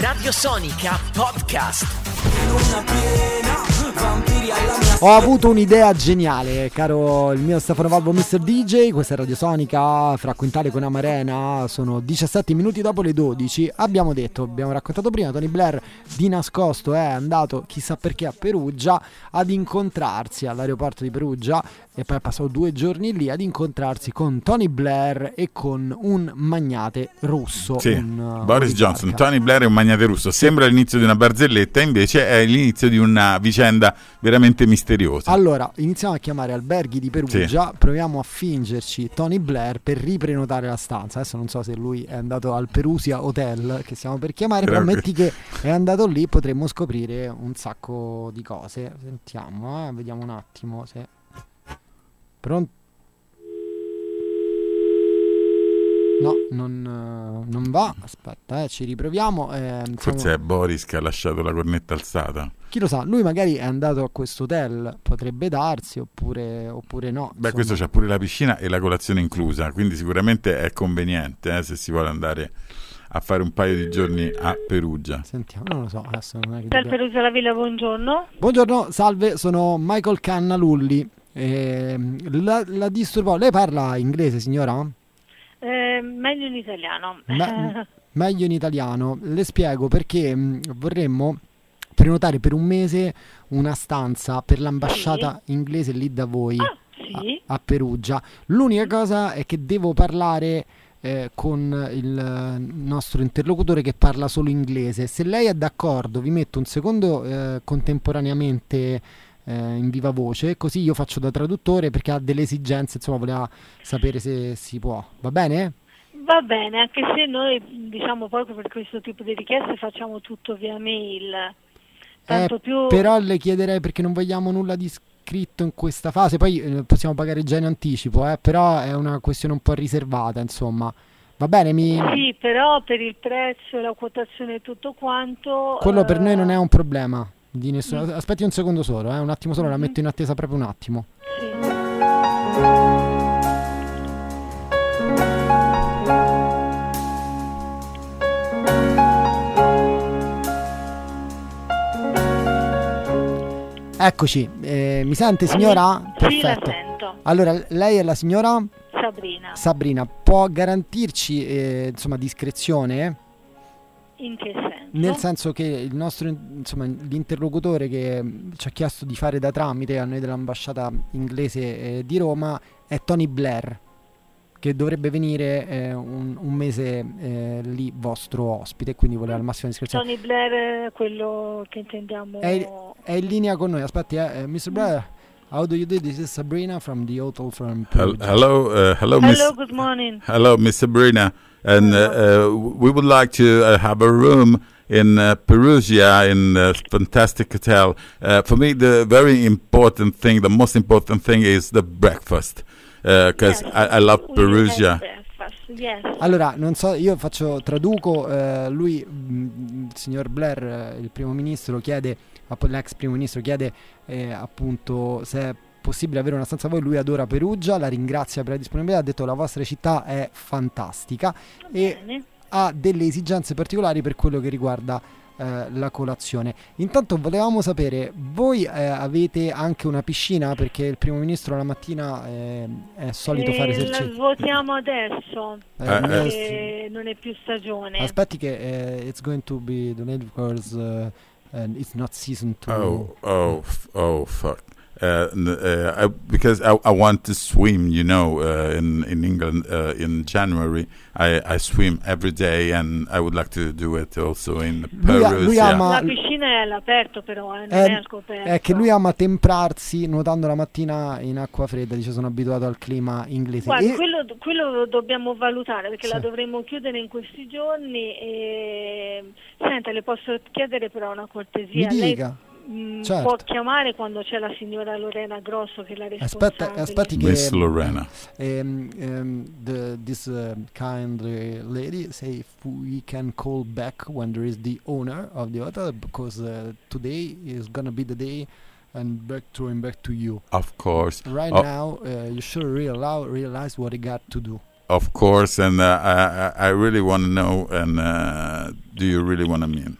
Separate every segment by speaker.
Speaker 1: Radio Sonica Podcast.
Speaker 2: Ho avuto un'idea geniale, caro il mio Stefano Valvo Mr. DJ, questa è Radio Sonica, fra Quintale con Amarena, sono 17 minuti dopo le 12, abbiamo detto, abbiamo raccontato prima, Tony Blair di nascosto è andato chissà perché a Perugia ad incontrarsi all'aeroporto di Perugia e poi ha passato due giorni lì ad incontrarsi con Tony Blair e con un magnate russo.
Speaker 3: Sì,
Speaker 2: un, uh,
Speaker 3: Boris
Speaker 2: oligarca.
Speaker 3: Johnson, Tony Blair è un magnate russo. Sembra l'inizio di una barzelletta, invece è l'inizio di una vicenda veramente misteriosa.
Speaker 2: Allora, iniziamo a chiamare alberghi di Perugia, proviamo a fingerci Tony Blair per riprenotare la stanza. Adesso non so se lui è andato al Perusia Hotel che stiamo per chiamare, però
Speaker 3: Però que-
Speaker 2: metti che è andato lì, potremmo scoprire un sacco di cose. Sentiamo, eh, vediamo un attimo se... Pronto? No, non, eh, non va. Aspetta, eh, ci riproviamo. eh, siamo-
Speaker 3: Forse è Boris che ha lasciato la cornetta alzata.
Speaker 2: chi lo sa, lui magari è andato a questo hotel, potrebbe darsi oppure, oppure no.
Speaker 3: Beh,
Speaker 2: insomma.
Speaker 3: questo c'ha pure la piscina e la colazione inclusa, quindi sicuramente è conveniente eh, se si vuole andare a fare un paio di giorni a Perugia.
Speaker 2: Sentiamo, non lo so, adesso non è che
Speaker 4: Per
Speaker 2: dobbiamo-
Speaker 4: Perugia la Villa, buongiorno.
Speaker 2: Buongiorno, salve, sono Michael Cannalulli. Ehm, la, la disturbo. Lei parla inglese, signora?
Speaker 4: Eh, meglio in italiano. Eh,
Speaker 2: Me- meglio in italiano. Le spiego perché mh, vorremmo prenotare per un mese una stanza per l'ambasciata inglese lì da voi.
Speaker 4: Ah, sì.
Speaker 2: a, a Perugia. L'unica cosa è che devo parlare eh, con il eh, nostro interlocutore che parla solo inglese. Se lei è d'accordo, vi metto un secondo eh, contemporaneamente eh, in viva voce, così io faccio da traduttore perché ha delle esigenze, insomma, voleva sapere se si può. Va bene?
Speaker 4: Va bene, anche se noi diciamo proprio per questo tipo di richieste facciamo tutto via mail. Tanto
Speaker 2: Eh,
Speaker 4: più
Speaker 2: Però le chiederei perché non vogliamo nulla di scritto in questa fase, poi eh, possiamo pagare già in anticipo, eh, però è una questione un po' riservata, insomma. Va bene, mi,
Speaker 4: sì, però per il prezzo, la quotazione e tutto quanto.
Speaker 2: Quello per noi non è
Speaker 4: eh, Mm.
Speaker 2: un problema. Di nessuno. Aspetti un secondo solo, eh, un attimo solo,
Speaker 4: Mm-hmm.
Speaker 2: la metto in attesa proprio un attimo.
Speaker 4: sì.
Speaker 2: Eccoci, eh, mi sente signora?
Speaker 4: Sì, la
Speaker 2: Perfetto.
Speaker 4: sento.
Speaker 2: Allora, lei è la signora
Speaker 4: Sabrina,
Speaker 2: Sabrina, può garantirci eh, insomma discrezione?
Speaker 4: in che senso?
Speaker 2: Nel senso che il nostro insomma, l'interlocutore che mm, ci ha chiesto di fare da tramite a noi dell'ambasciata inglese eh, di Roma è Tony Blair, che dovrebbe venire eh, un, un mese eh, lì vostro ospite, quindi voleva la massima discrezione.
Speaker 4: Mm. Tony Blair, eh, quello che intendiamo...
Speaker 2: È,
Speaker 4: Oh.
Speaker 2: è in linea con noi, aspetti, eh, eh, Mr. Blair. How do you do? This is Sabrina from the hotel from
Speaker 3: Hel-
Speaker 2: Perugia.
Speaker 3: Hello, uh, hello, Miss.
Speaker 4: Hello, good morning.
Speaker 3: Hello, Miss Sabrina, and uh, uh, we would like to uh, have a room in uh, Perugia in a fantastic hotel. Uh, for me, the very important thing, the most important thing, is the breakfast, because
Speaker 4: Yes,
Speaker 3: I, I love
Speaker 4: we
Speaker 3: Perugia.
Speaker 4: have breakfast, Yes.
Speaker 2: Allora, non so, io faccio, traduco, eh, lui, mh, il signor Blair, eh, il primo ministro, chiede, app- l'ex primo ministro chiede eh, appunto se è possibile avere una stanza a voi, lui adora Perugia, la ringrazia per la disponibilità, ha detto la vostra città è fantastica e
Speaker 4: Bene.
Speaker 2: ha delle esigenze particolari per quello che riguarda eh, la colazione. Intanto volevamo sapere, voi eh, avete anche una piscina perché il primo ministro la mattina eh, è solito fare
Speaker 4: Eh, La
Speaker 2: esercizi?
Speaker 4: svuotiamo adesso,
Speaker 2: eh,
Speaker 3: Eh,
Speaker 2: non
Speaker 3: Yes.
Speaker 2: è-
Speaker 4: perché non è più stagione.
Speaker 2: Aspetti che eh, it's going to be donated because uh, and it's not season to
Speaker 3: Oh, oh, f- oh, fuck. Uh, n- uh, I, because I, I want to swim, you know, uh, in in England uh, in January. I, I swim every day, and I would like to do it also in
Speaker 2: Lui a-
Speaker 3: Perugia.
Speaker 2: lui ama- ma-
Speaker 4: la piscina è all'aperto però, eh, non
Speaker 2: Eh,
Speaker 4: è al coperto.
Speaker 2: È che lui ama temprarsi nuotando la mattina in acqua fredda, dice sono abituato al clima inglese.
Speaker 4: Guarda,
Speaker 2: E-
Speaker 4: quello, quello lo dobbiamo valutare perché
Speaker 2: Sì.
Speaker 4: la dovremmo chiudere in questi giorni. E... Senta, le posso chiedere però una
Speaker 2: mi
Speaker 4: cortesia. Lei
Speaker 2: dica,
Speaker 4: mh,
Speaker 2: certo.
Speaker 4: può chiamare quando c'è la signora Lorena Grosso che è la responsabile.
Speaker 2: aspetta, aspetti che
Speaker 3: Miss Lorena.
Speaker 2: ehm, ehm, the- this um, kind uh, lady say if we can call back when there is the owner of the hotel because uh, today is gonna be the day and back throwing back to you.
Speaker 3: Of course.
Speaker 2: Right
Speaker 3: Oh.
Speaker 2: now uh, you should real- realize what you got to do.
Speaker 3: of course, and uh, I, I I really want to know. And uh, do you really want to mean?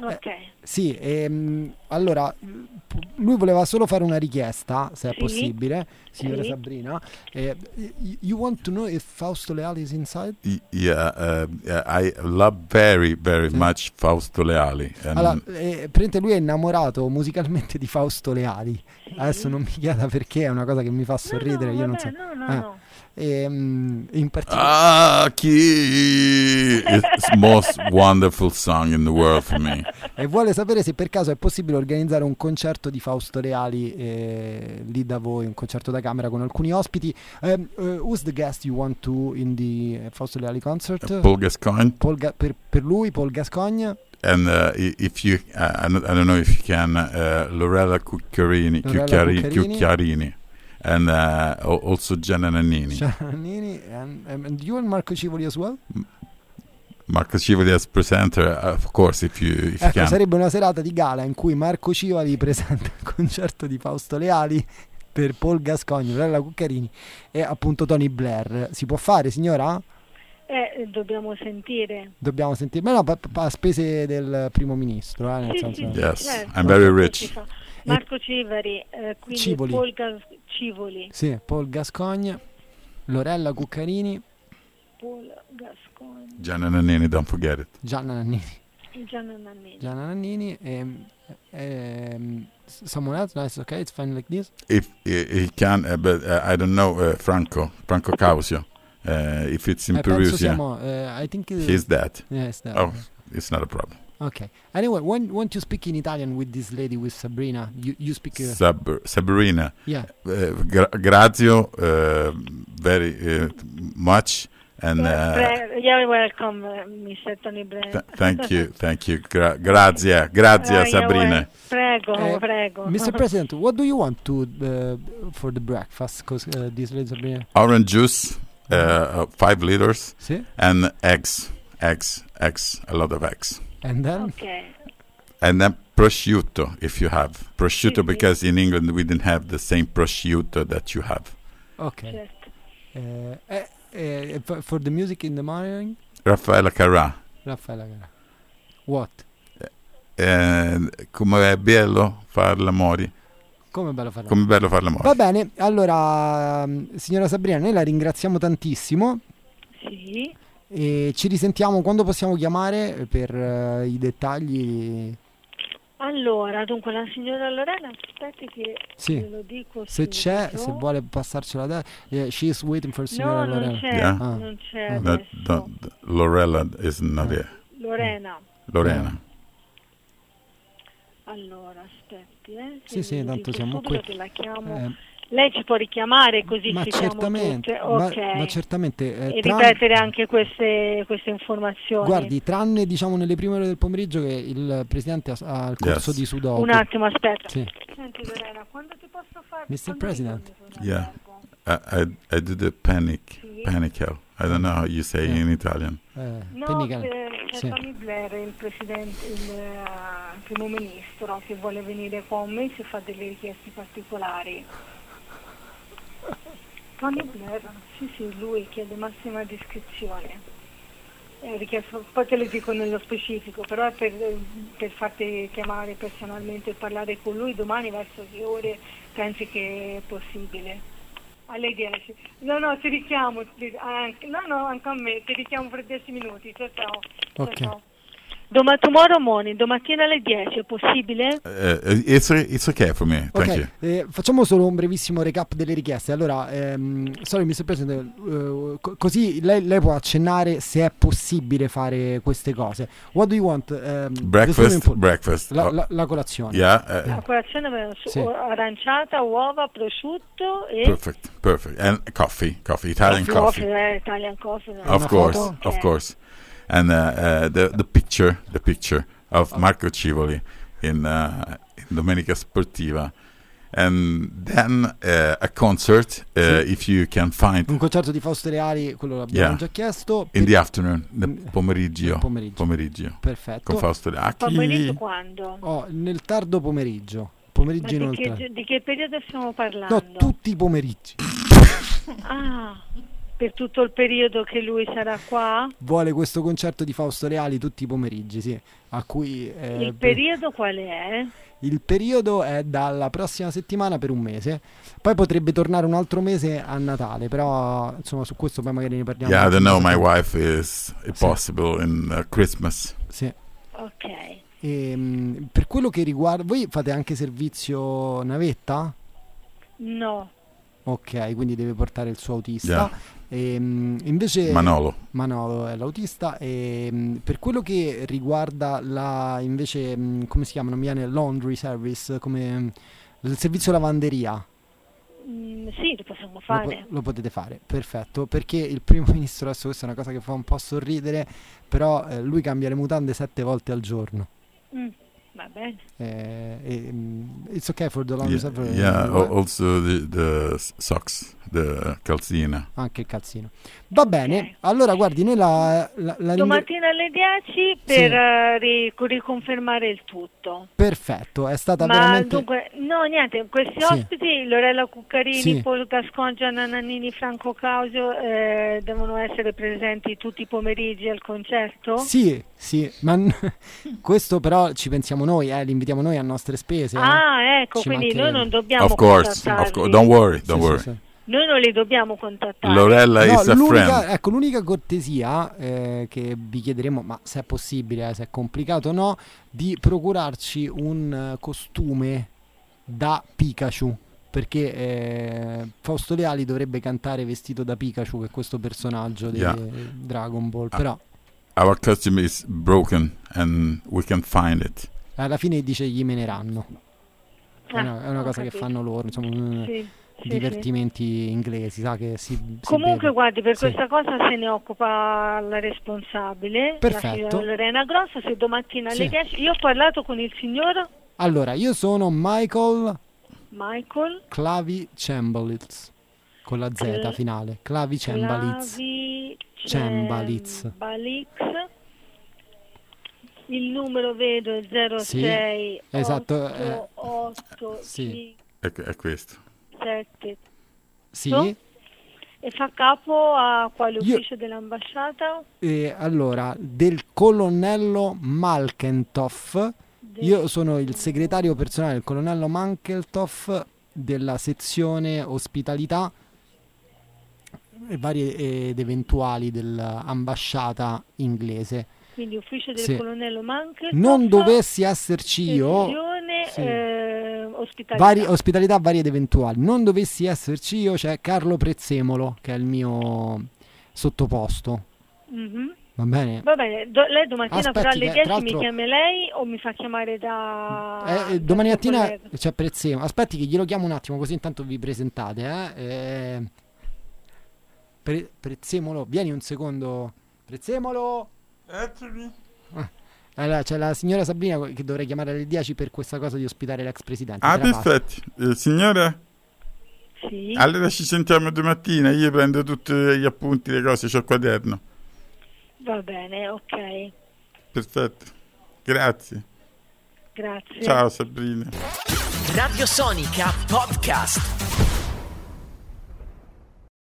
Speaker 2: eh,
Speaker 4: Ok.
Speaker 2: Sì, ehm, allora p- lui voleva solo fare una richiesta, se è
Speaker 4: Sì.
Speaker 2: possibile, signora
Speaker 4: Sì.
Speaker 2: Sabrina. Eh, y- you want to know if Fausto Leali is inside?
Speaker 3: Y- Yeah, uh, yeah, I love very, very
Speaker 2: Sì.
Speaker 3: much Fausto Leali. And
Speaker 2: Mm. Allora, eh, praticamente lui è innamorato musicalmente di Fausto Leali.
Speaker 4: Sì.
Speaker 2: Adesso non mi chieda perché, è una cosa che mi fa
Speaker 4: No,
Speaker 2: sorridere,
Speaker 4: no,
Speaker 2: io non
Speaker 4: vabbè,
Speaker 2: so.
Speaker 4: No, no,
Speaker 2: Ah.
Speaker 4: no.
Speaker 2: Ehm, in particolare...
Speaker 3: Aki is most wonderful song in the world for me.
Speaker 2: E vuole sapere se per caso è possibile organizzare un concerto di Fausto Reali eh, lì da voi, un concerto da camera con alcuni ospiti. Ehm, eh, who's the guest you want to in the eh, Fausto Reali concert?
Speaker 3: Paul Gascoigne,
Speaker 2: Paul Ga- per, per lui, Paul Gascogne,
Speaker 3: and uh, i- if you, uh, I don't- I don't know if you can, uh, Lorella Cucchiarini,
Speaker 2: Lorella
Speaker 3: Cucchiari-
Speaker 2: Cucchiarini.
Speaker 3: Cucchiarini, and uh, al- also Gianna Nannini.
Speaker 2: Giannini, and, and you and Marco Civoli as well?
Speaker 3: Marco Civoli as presenter, uh, of course, if you if you
Speaker 2: Ecco,
Speaker 3: can.
Speaker 2: sarebbe una serata di gala in cui Marco Civoli presenta il concerto di Fausto Leali per Paul Gascogne, Lorella Cuccarini e appunto Tony Blair. Si può fare, signora?
Speaker 4: Eh, dobbiamo sentire.
Speaker 2: Dobbiamo sentire, ma no, pa- pa- a spese del primo ministro, eh, nel
Speaker 4: Sì,
Speaker 2: senso...
Speaker 4: sì, sì,
Speaker 3: Yes,
Speaker 4: certo.
Speaker 3: I'm very
Speaker 4: Che
Speaker 3: rich.
Speaker 4: si fa? Marco Civari, eh, quindi
Speaker 2: Civoli.
Speaker 4: Paul Gas- Civoli,
Speaker 2: Sì, Paul Gascogne, Lorella Cuccarini,
Speaker 4: Paul Gascogni,
Speaker 3: Gianna e Nannini, don't forget it.
Speaker 2: Gianna Nannini,
Speaker 4: Gianna Nannini.
Speaker 2: Gianna Nannini ehm, e, someone else, no, it's okay, it's fine like this.
Speaker 3: If he, he can, uh, but uh, I don't know uh, Franco, Franco Causio, uh, if it's in
Speaker 2: Eh, penso
Speaker 3: Perusia,
Speaker 2: siamo, eh, I think
Speaker 3: he's dead.
Speaker 2: yes, that-
Speaker 3: Oh. It's not a problem.
Speaker 2: Okay. Anyway, when when you speak in Italian with this lady with Sabrina, you you speak uh,
Speaker 3: Sab- Sabrina,
Speaker 2: yeah.
Speaker 3: uh, gra- grazio uh, very uh, much, and uh,
Speaker 4: Pre- You're welcome, eh, Mr. Tony Blair.
Speaker 3: th- thank you, thank you, Gra- grazie, grazie
Speaker 4: Ah, you're
Speaker 3: Sabrina.
Speaker 4: wel- Prego,
Speaker 2: Eh,
Speaker 4: prego. Ah,
Speaker 2: Mr. President, what do you want to uh, for the breakfast? Because uh, this lady Sabrina.
Speaker 3: Orange juice, uh, uh, five liters,
Speaker 2: See,
Speaker 3: and eggs, eggs, eggs, a lot of eggs,
Speaker 2: and then
Speaker 4: ok,
Speaker 3: and then prosciutto if you have prosciutto
Speaker 4: Mhm.
Speaker 3: because in England we didn't have the same prosciutto that you have.
Speaker 2: okay.
Speaker 4: certo.
Speaker 2: Uh, eh, eh, for, for the music in the morning,
Speaker 3: Raffaella Carrà,
Speaker 2: Raffaella. Carrà. What?
Speaker 3: eh, come è bello far l'amore,
Speaker 2: Come bello farà.
Speaker 3: come è bello far l'amore.
Speaker 2: Va bene, allora mm, signora Sabrina, noi la ringraziamo tantissimo.
Speaker 4: Sì,
Speaker 2: E ci risentiamo quando possiamo chiamare per eh, i dettagli.
Speaker 4: allora, dunque la signora Lorena, aspetti che
Speaker 2: Sì.
Speaker 4: ve lo dico
Speaker 2: Se c'è,
Speaker 4: subito.
Speaker 2: se vuole passarcela da... Yeah, she is waiting for signora
Speaker 4: No, non
Speaker 2: Lorena.
Speaker 4: c'è,
Speaker 3: Yeah.
Speaker 2: Ah.
Speaker 4: non c'è
Speaker 2: Ah.
Speaker 3: That,
Speaker 4: adesso.
Speaker 3: that, Lorella is not here.
Speaker 4: Lorena,
Speaker 3: Lorena.
Speaker 4: allora, aspetti, eh.
Speaker 2: Sì, sì,
Speaker 4: ve lo
Speaker 2: tanto
Speaker 4: dico
Speaker 2: siamo
Speaker 4: subito
Speaker 2: qui.
Speaker 4: che la chiamo.
Speaker 2: Eh,
Speaker 4: Lei ci può richiamare così
Speaker 2: ma,
Speaker 4: ci
Speaker 2: certamente,
Speaker 4: siamo tutte.
Speaker 2: ma-
Speaker 4: diciamo Ok.
Speaker 2: ma, certamente, eh,
Speaker 4: e
Speaker 2: tran-
Speaker 4: ripetere anche queste, queste informazioni.
Speaker 2: Guardi, tranne diciamo nelle prime ore del pomeriggio che il presidente ha, ha il corso
Speaker 3: Yes.
Speaker 2: di Sudoku.
Speaker 4: Un attimo, aspetta.
Speaker 2: Sì.
Speaker 4: Senti Lorena, quando ti posso fare
Speaker 2: Mr.
Speaker 4: quando
Speaker 2: President.
Speaker 4: ritorni su un
Speaker 3: Yeah.
Speaker 4: albergo?
Speaker 3: I, I, I do the panic,
Speaker 4: Sì.
Speaker 3: panic hell. I don't know how you say
Speaker 2: Yeah.
Speaker 3: in Italian.
Speaker 2: Eh,
Speaker 4: No,
Speaker 2: Pennica-
Speaker 4: c'è c'è
Speaker 2: sì.
Speaker 4: Tony Blair, il presidente, il eh, primo ministro, che vuole venire con me se fa delle richieste particolari. Tony Blair, sì sì, lui chiede massima discrezione. Eh, richiesto- poi te lo dico nello specifico, però è per, per farti chiamare personalmente e parlare con lui domani verso che ore pensi che è possibile? Alle 10. No, no, ti richiamo. ti- anche- no, no, anche a me. Ti richiamo fra 10 minuti. Ciao, ciao.
Speaker 2: Ok.
Speaker 4: Domani tomorrow morning, domattina alle 10, è possibile?
Speaker 3: Uh, uh, it's, it's okay for me. Thank you.
Speaker 2: Ok, eh, facciamo solo un brevissimo recap delle richieste. Allora, ehm, sorry, Mr. President, eh, co- così lei, lei può accennare se è possibile fare queste cose. What do you want? Ehm, the swimming
Speaker 3: Breakfast,
Speaker 2: pool.
Speaker 3: breakfast.
Speaker 2: La,
Speaker 3: Oh,
Speaker 2: la- la colazione.
Speaker 3: yeah, uh,
Speaker 4: La colazione aveva su-
Speaker 2: Sì.
Speaker 4: aranciata, uova, prosciutto e
Speaker 3: perfect, perfect. And coffee, coffee, Italian coffee.
Speaker 4: eh, Italian coffee. no?
Speaker 3: Of
Speaker 2: Una
Speaker 3: course,
Speaker 2: foto?
Speaker 3: of
Speaker 4: Ok.
Speaker 3: course. And uh, uh, the the picture, the picture of Marco Civoli in, uh, in Domenica Sportiva. And then uh, a concert, uh, if you can find
Speaker 2: Un concerto di Fausto Reali, quello l'abbiamo
Speaker 3: Yeah.
Speaker 2: già chiesto. Per-
Speaker 3: in the afternoon,
Speaker 2: Mm.
Speaker 3: the pomeriggio,
Speaker 2: Pomeriggio.
Speaker 3: pomeriggio, con
Speaker 2: Perfetto.
Speaker 3: Fausto Leacchi.
Speaker 4: Pomeriggio quando?
Speaker 2: Oh, nel tardo pomeriggio.
Speaker 4: Ma
Speaker 2: Pomeriggio
Speaker 4: di, che,
Speaker 2: inoltrato.
Speaker 4: gi- di che periodo stiamo parlando?
Speaker 2: No, tutti i pomeriggi.
Speaker 4: Ah, per tutto il periodo che lui sarà qua?
Speaker 2: Vuole questo concerto di Fausto Leali tutti i pomeriggi, sì. A cui, eh,
Speaker 4: Il periodo quale è?
Speaker 2: il periodo è dalla prossima settimana per un mese, poi potrebbe tornare un altro mese a Natale, però insomma su questo poi magari ne parliamo.
Speaker 3: Yeah, I don't know. My wife is impossible in uh, Christmas.
Speaker 2: Sì.
Speaker 4: Ok.
Speaker 2: Ehm, per quello che riguarda... Voi fate anche servizio navetta?
Speaker 4: No,
Speaker 2: Ok, quindi deve portare il suo autista.
Speaker 3: Yeah.
Speaker 2: Ehm, invece...
Speaker 3: Manolo.
Speaker 2: Manolo è l'autista. E, mh, per quello che riguarda la invece, mh, come si chiama? Non mi viene laundry service, come mh, il servizio lavanderia.
Speaker 4: Mm, sì, lo possiamo
Speaker 2: Lo, po-
Speaker 4: fare.
Speaker 2: lo potete fare, perfetto. Perché il primo ministro, adesso questa è una cosa che fa un po' sorridere, però eh, lui cambia le mutande sette volte al giorno.
Speaker 4: Mm, va bene.
Speaker 2: Eh, e, mh, it's okay for the laundry
Speaker 3: Yeah,
Speaker 2: service.
Speaker 3: yeah, oh, al- also the, the s- socks, the calcina.
Speaker 2: Anche il calzino. Va bene, allora guardi, noi la... la- la-
Speaker 4: Domattina alle 10 per
Speaker 2: Sì.
Speaker 4: eh, ri- riconfermare il tutto.
Speaker 2: Perfetto, è stata
Speaker 4: Ma
Speaker 2: veramente...
Speaker 4: dunque, no, niente, questi
Speaker 2: Sì.
Speaker 4: ospiti, Lorella Cuccarini,
Speaker 2: Sì.
Speaker 4: Paolo Gascongia, Nananini, Franco Causio, eh, devono essere presenti tutti i pomeriggi al concerto?
Speaker 2: Sì, sì, ma n- questo però ci pensiamo noi, eh, li invitiamo noi a nostre spese. eh.
Speaker 4: Ah, ecco,
Speaker 2: Ci
Speaker 4: quindi noi
Speaker 2: mancherebbe.
Speaker 4: non dobbiamo
Speaker 3: Of course, of
Speaker 4: contattarli.
Speaker 3: course. Don't worry,
Speaker 2: Sì,
Speaker 3: don't
Speaker 2: sì,
Speaker 3: worry.
Speaker 2: sì.
Speaker 4: Noi non li dobbiamo contattare.
Speaker 3: Lorella
Speaker 2: No,
Speaker 3: is a
Speaker 2: l'unica,
Speaker 3: friend.
Speaker 2: ecco, l'unica cortesia eh, che vi chiederemo, ma se è possibile, eh, se è complicato o no, di procurarci un eh, costume da Pikachu. Perché eh, Fausto Leali dovrebbe cantare vestito da Pikachu, che è questo personaggio di
Speaker 3: Yeah. Ah.
Speaker 2: Dragon Ball. Però
Speaker 3: Our costume is broken, and we can find it.
Speaker 2: alla fine dice gli meneranno. È una, è una
Speaker 4: Ah, ho
Speaker 2: cosa che
Speaker 4: capito.
Speaker 2: fanno loro, insomma, mm,
Speaker 4: Sì, sì, sì.
Speaker 2: divertimenti inglesi, sa che si, si
Speaker 4: Comunque,
Speaker 2: beve.
Speaker 4: guardi, per
Speaker 2: Sì.
Speaker 4: questa cosa se ne occupa la responsabile,
Speaker 2: Perfetto.
Speaker 4: la signora Lorena Grosso, se domattina alle
Speaker 2: Sì.
Speaker 4: 10. Io ho parlato con il signor
Speaker 2: Allora, io sono Michael
Speaker 4: Michael
Speaker 2: Clavi Cembalitz con la Z
Speaker 4: Cl-
Speaker 2: finale, Clavi Cembalitz.
Speaker 4: Clavi
Speaker 2: Cembalitz.
Speaker 4: Cembalitz. Il numero vedo è 06
Speaker 2: esatto, eh,
Speaker 4: 88
Speaker 2: sì.
Speaker 3: È, è questo.
Speaker 4: 57
Speaker 2: Sì.
Speaker 4: e fa capo a quale
Speaker 2: Io-
Speaker 4: ufficio dell'ambasciata?
Speaker 2: E allora, del colonnello Malkentoff.
Speaker 4: Del-
Speaker 2: Io sono il segretario personale del colonnello Malkentoff della sezione ospitalità e varie ed eventuali dell'ambasciata inglese.
Speaker 4: Quindi ufficio del
Speaker 2: Sì.
Speaker 4: colonnello Manche.
Speaker 2: Non dovessi esserci io,
Speaker 4: Sezione,
Speaker 2: Sì.
Speaker 4: eh, ospitalità.
Speaker 2: vari, ospitalità varie ed eventuali, non dovessi esserci io, c'è Carlo Prezzemolo che è il mio sottoposto.
Speaker 4: Mhm.
Speaker 2: Va bene?
Speaker 4: Va bene, do- lei domattina
Speaker 2: Aspetti,
Speaker 4: però alle
Speaker 2: che,
Speaker 4: 10
Speaker 2: eh, tra
Speaker 4: mi
Speaker 2: l'altro-
Speaker 4: chiama lei o mi fa chiamare da...
Speaker 2: Eh, eh,
Speaker 4: da
Speaker 2: domani
Speaker 4: suo
Speaker 2: mattina
Speaker 4: collega?
Speaker 2: c'è Prezzemolo. Aspetti che glielo chiamo un attimo così intanto vi presentate. eh. Eh, Pre- Prezzemolo, vieni un secondo. Prezzemolo. Ah, Allora, c'è la signora Sabrina che dovrei chiamare alle 10 per questa cosa di ospitare l'ex presidente.
Speaker 3: Ah,
Speaker 2: te la passo.
Speaker 3: perfetto. Eh, signora,
Speaker 4: Sì,
Speaker 3: allora ci sentiamo domattina. Io prendo tutti gli eh, appunti, le cose, c'ho il quaderno.
Speaker 4: va bene, ok,
Speaker 3: Perfetto. Grazie.
Speaker 4: grazie.
Speaker 3: Ciao Sabrina.
Speaker 1: Radiosonica Podcast.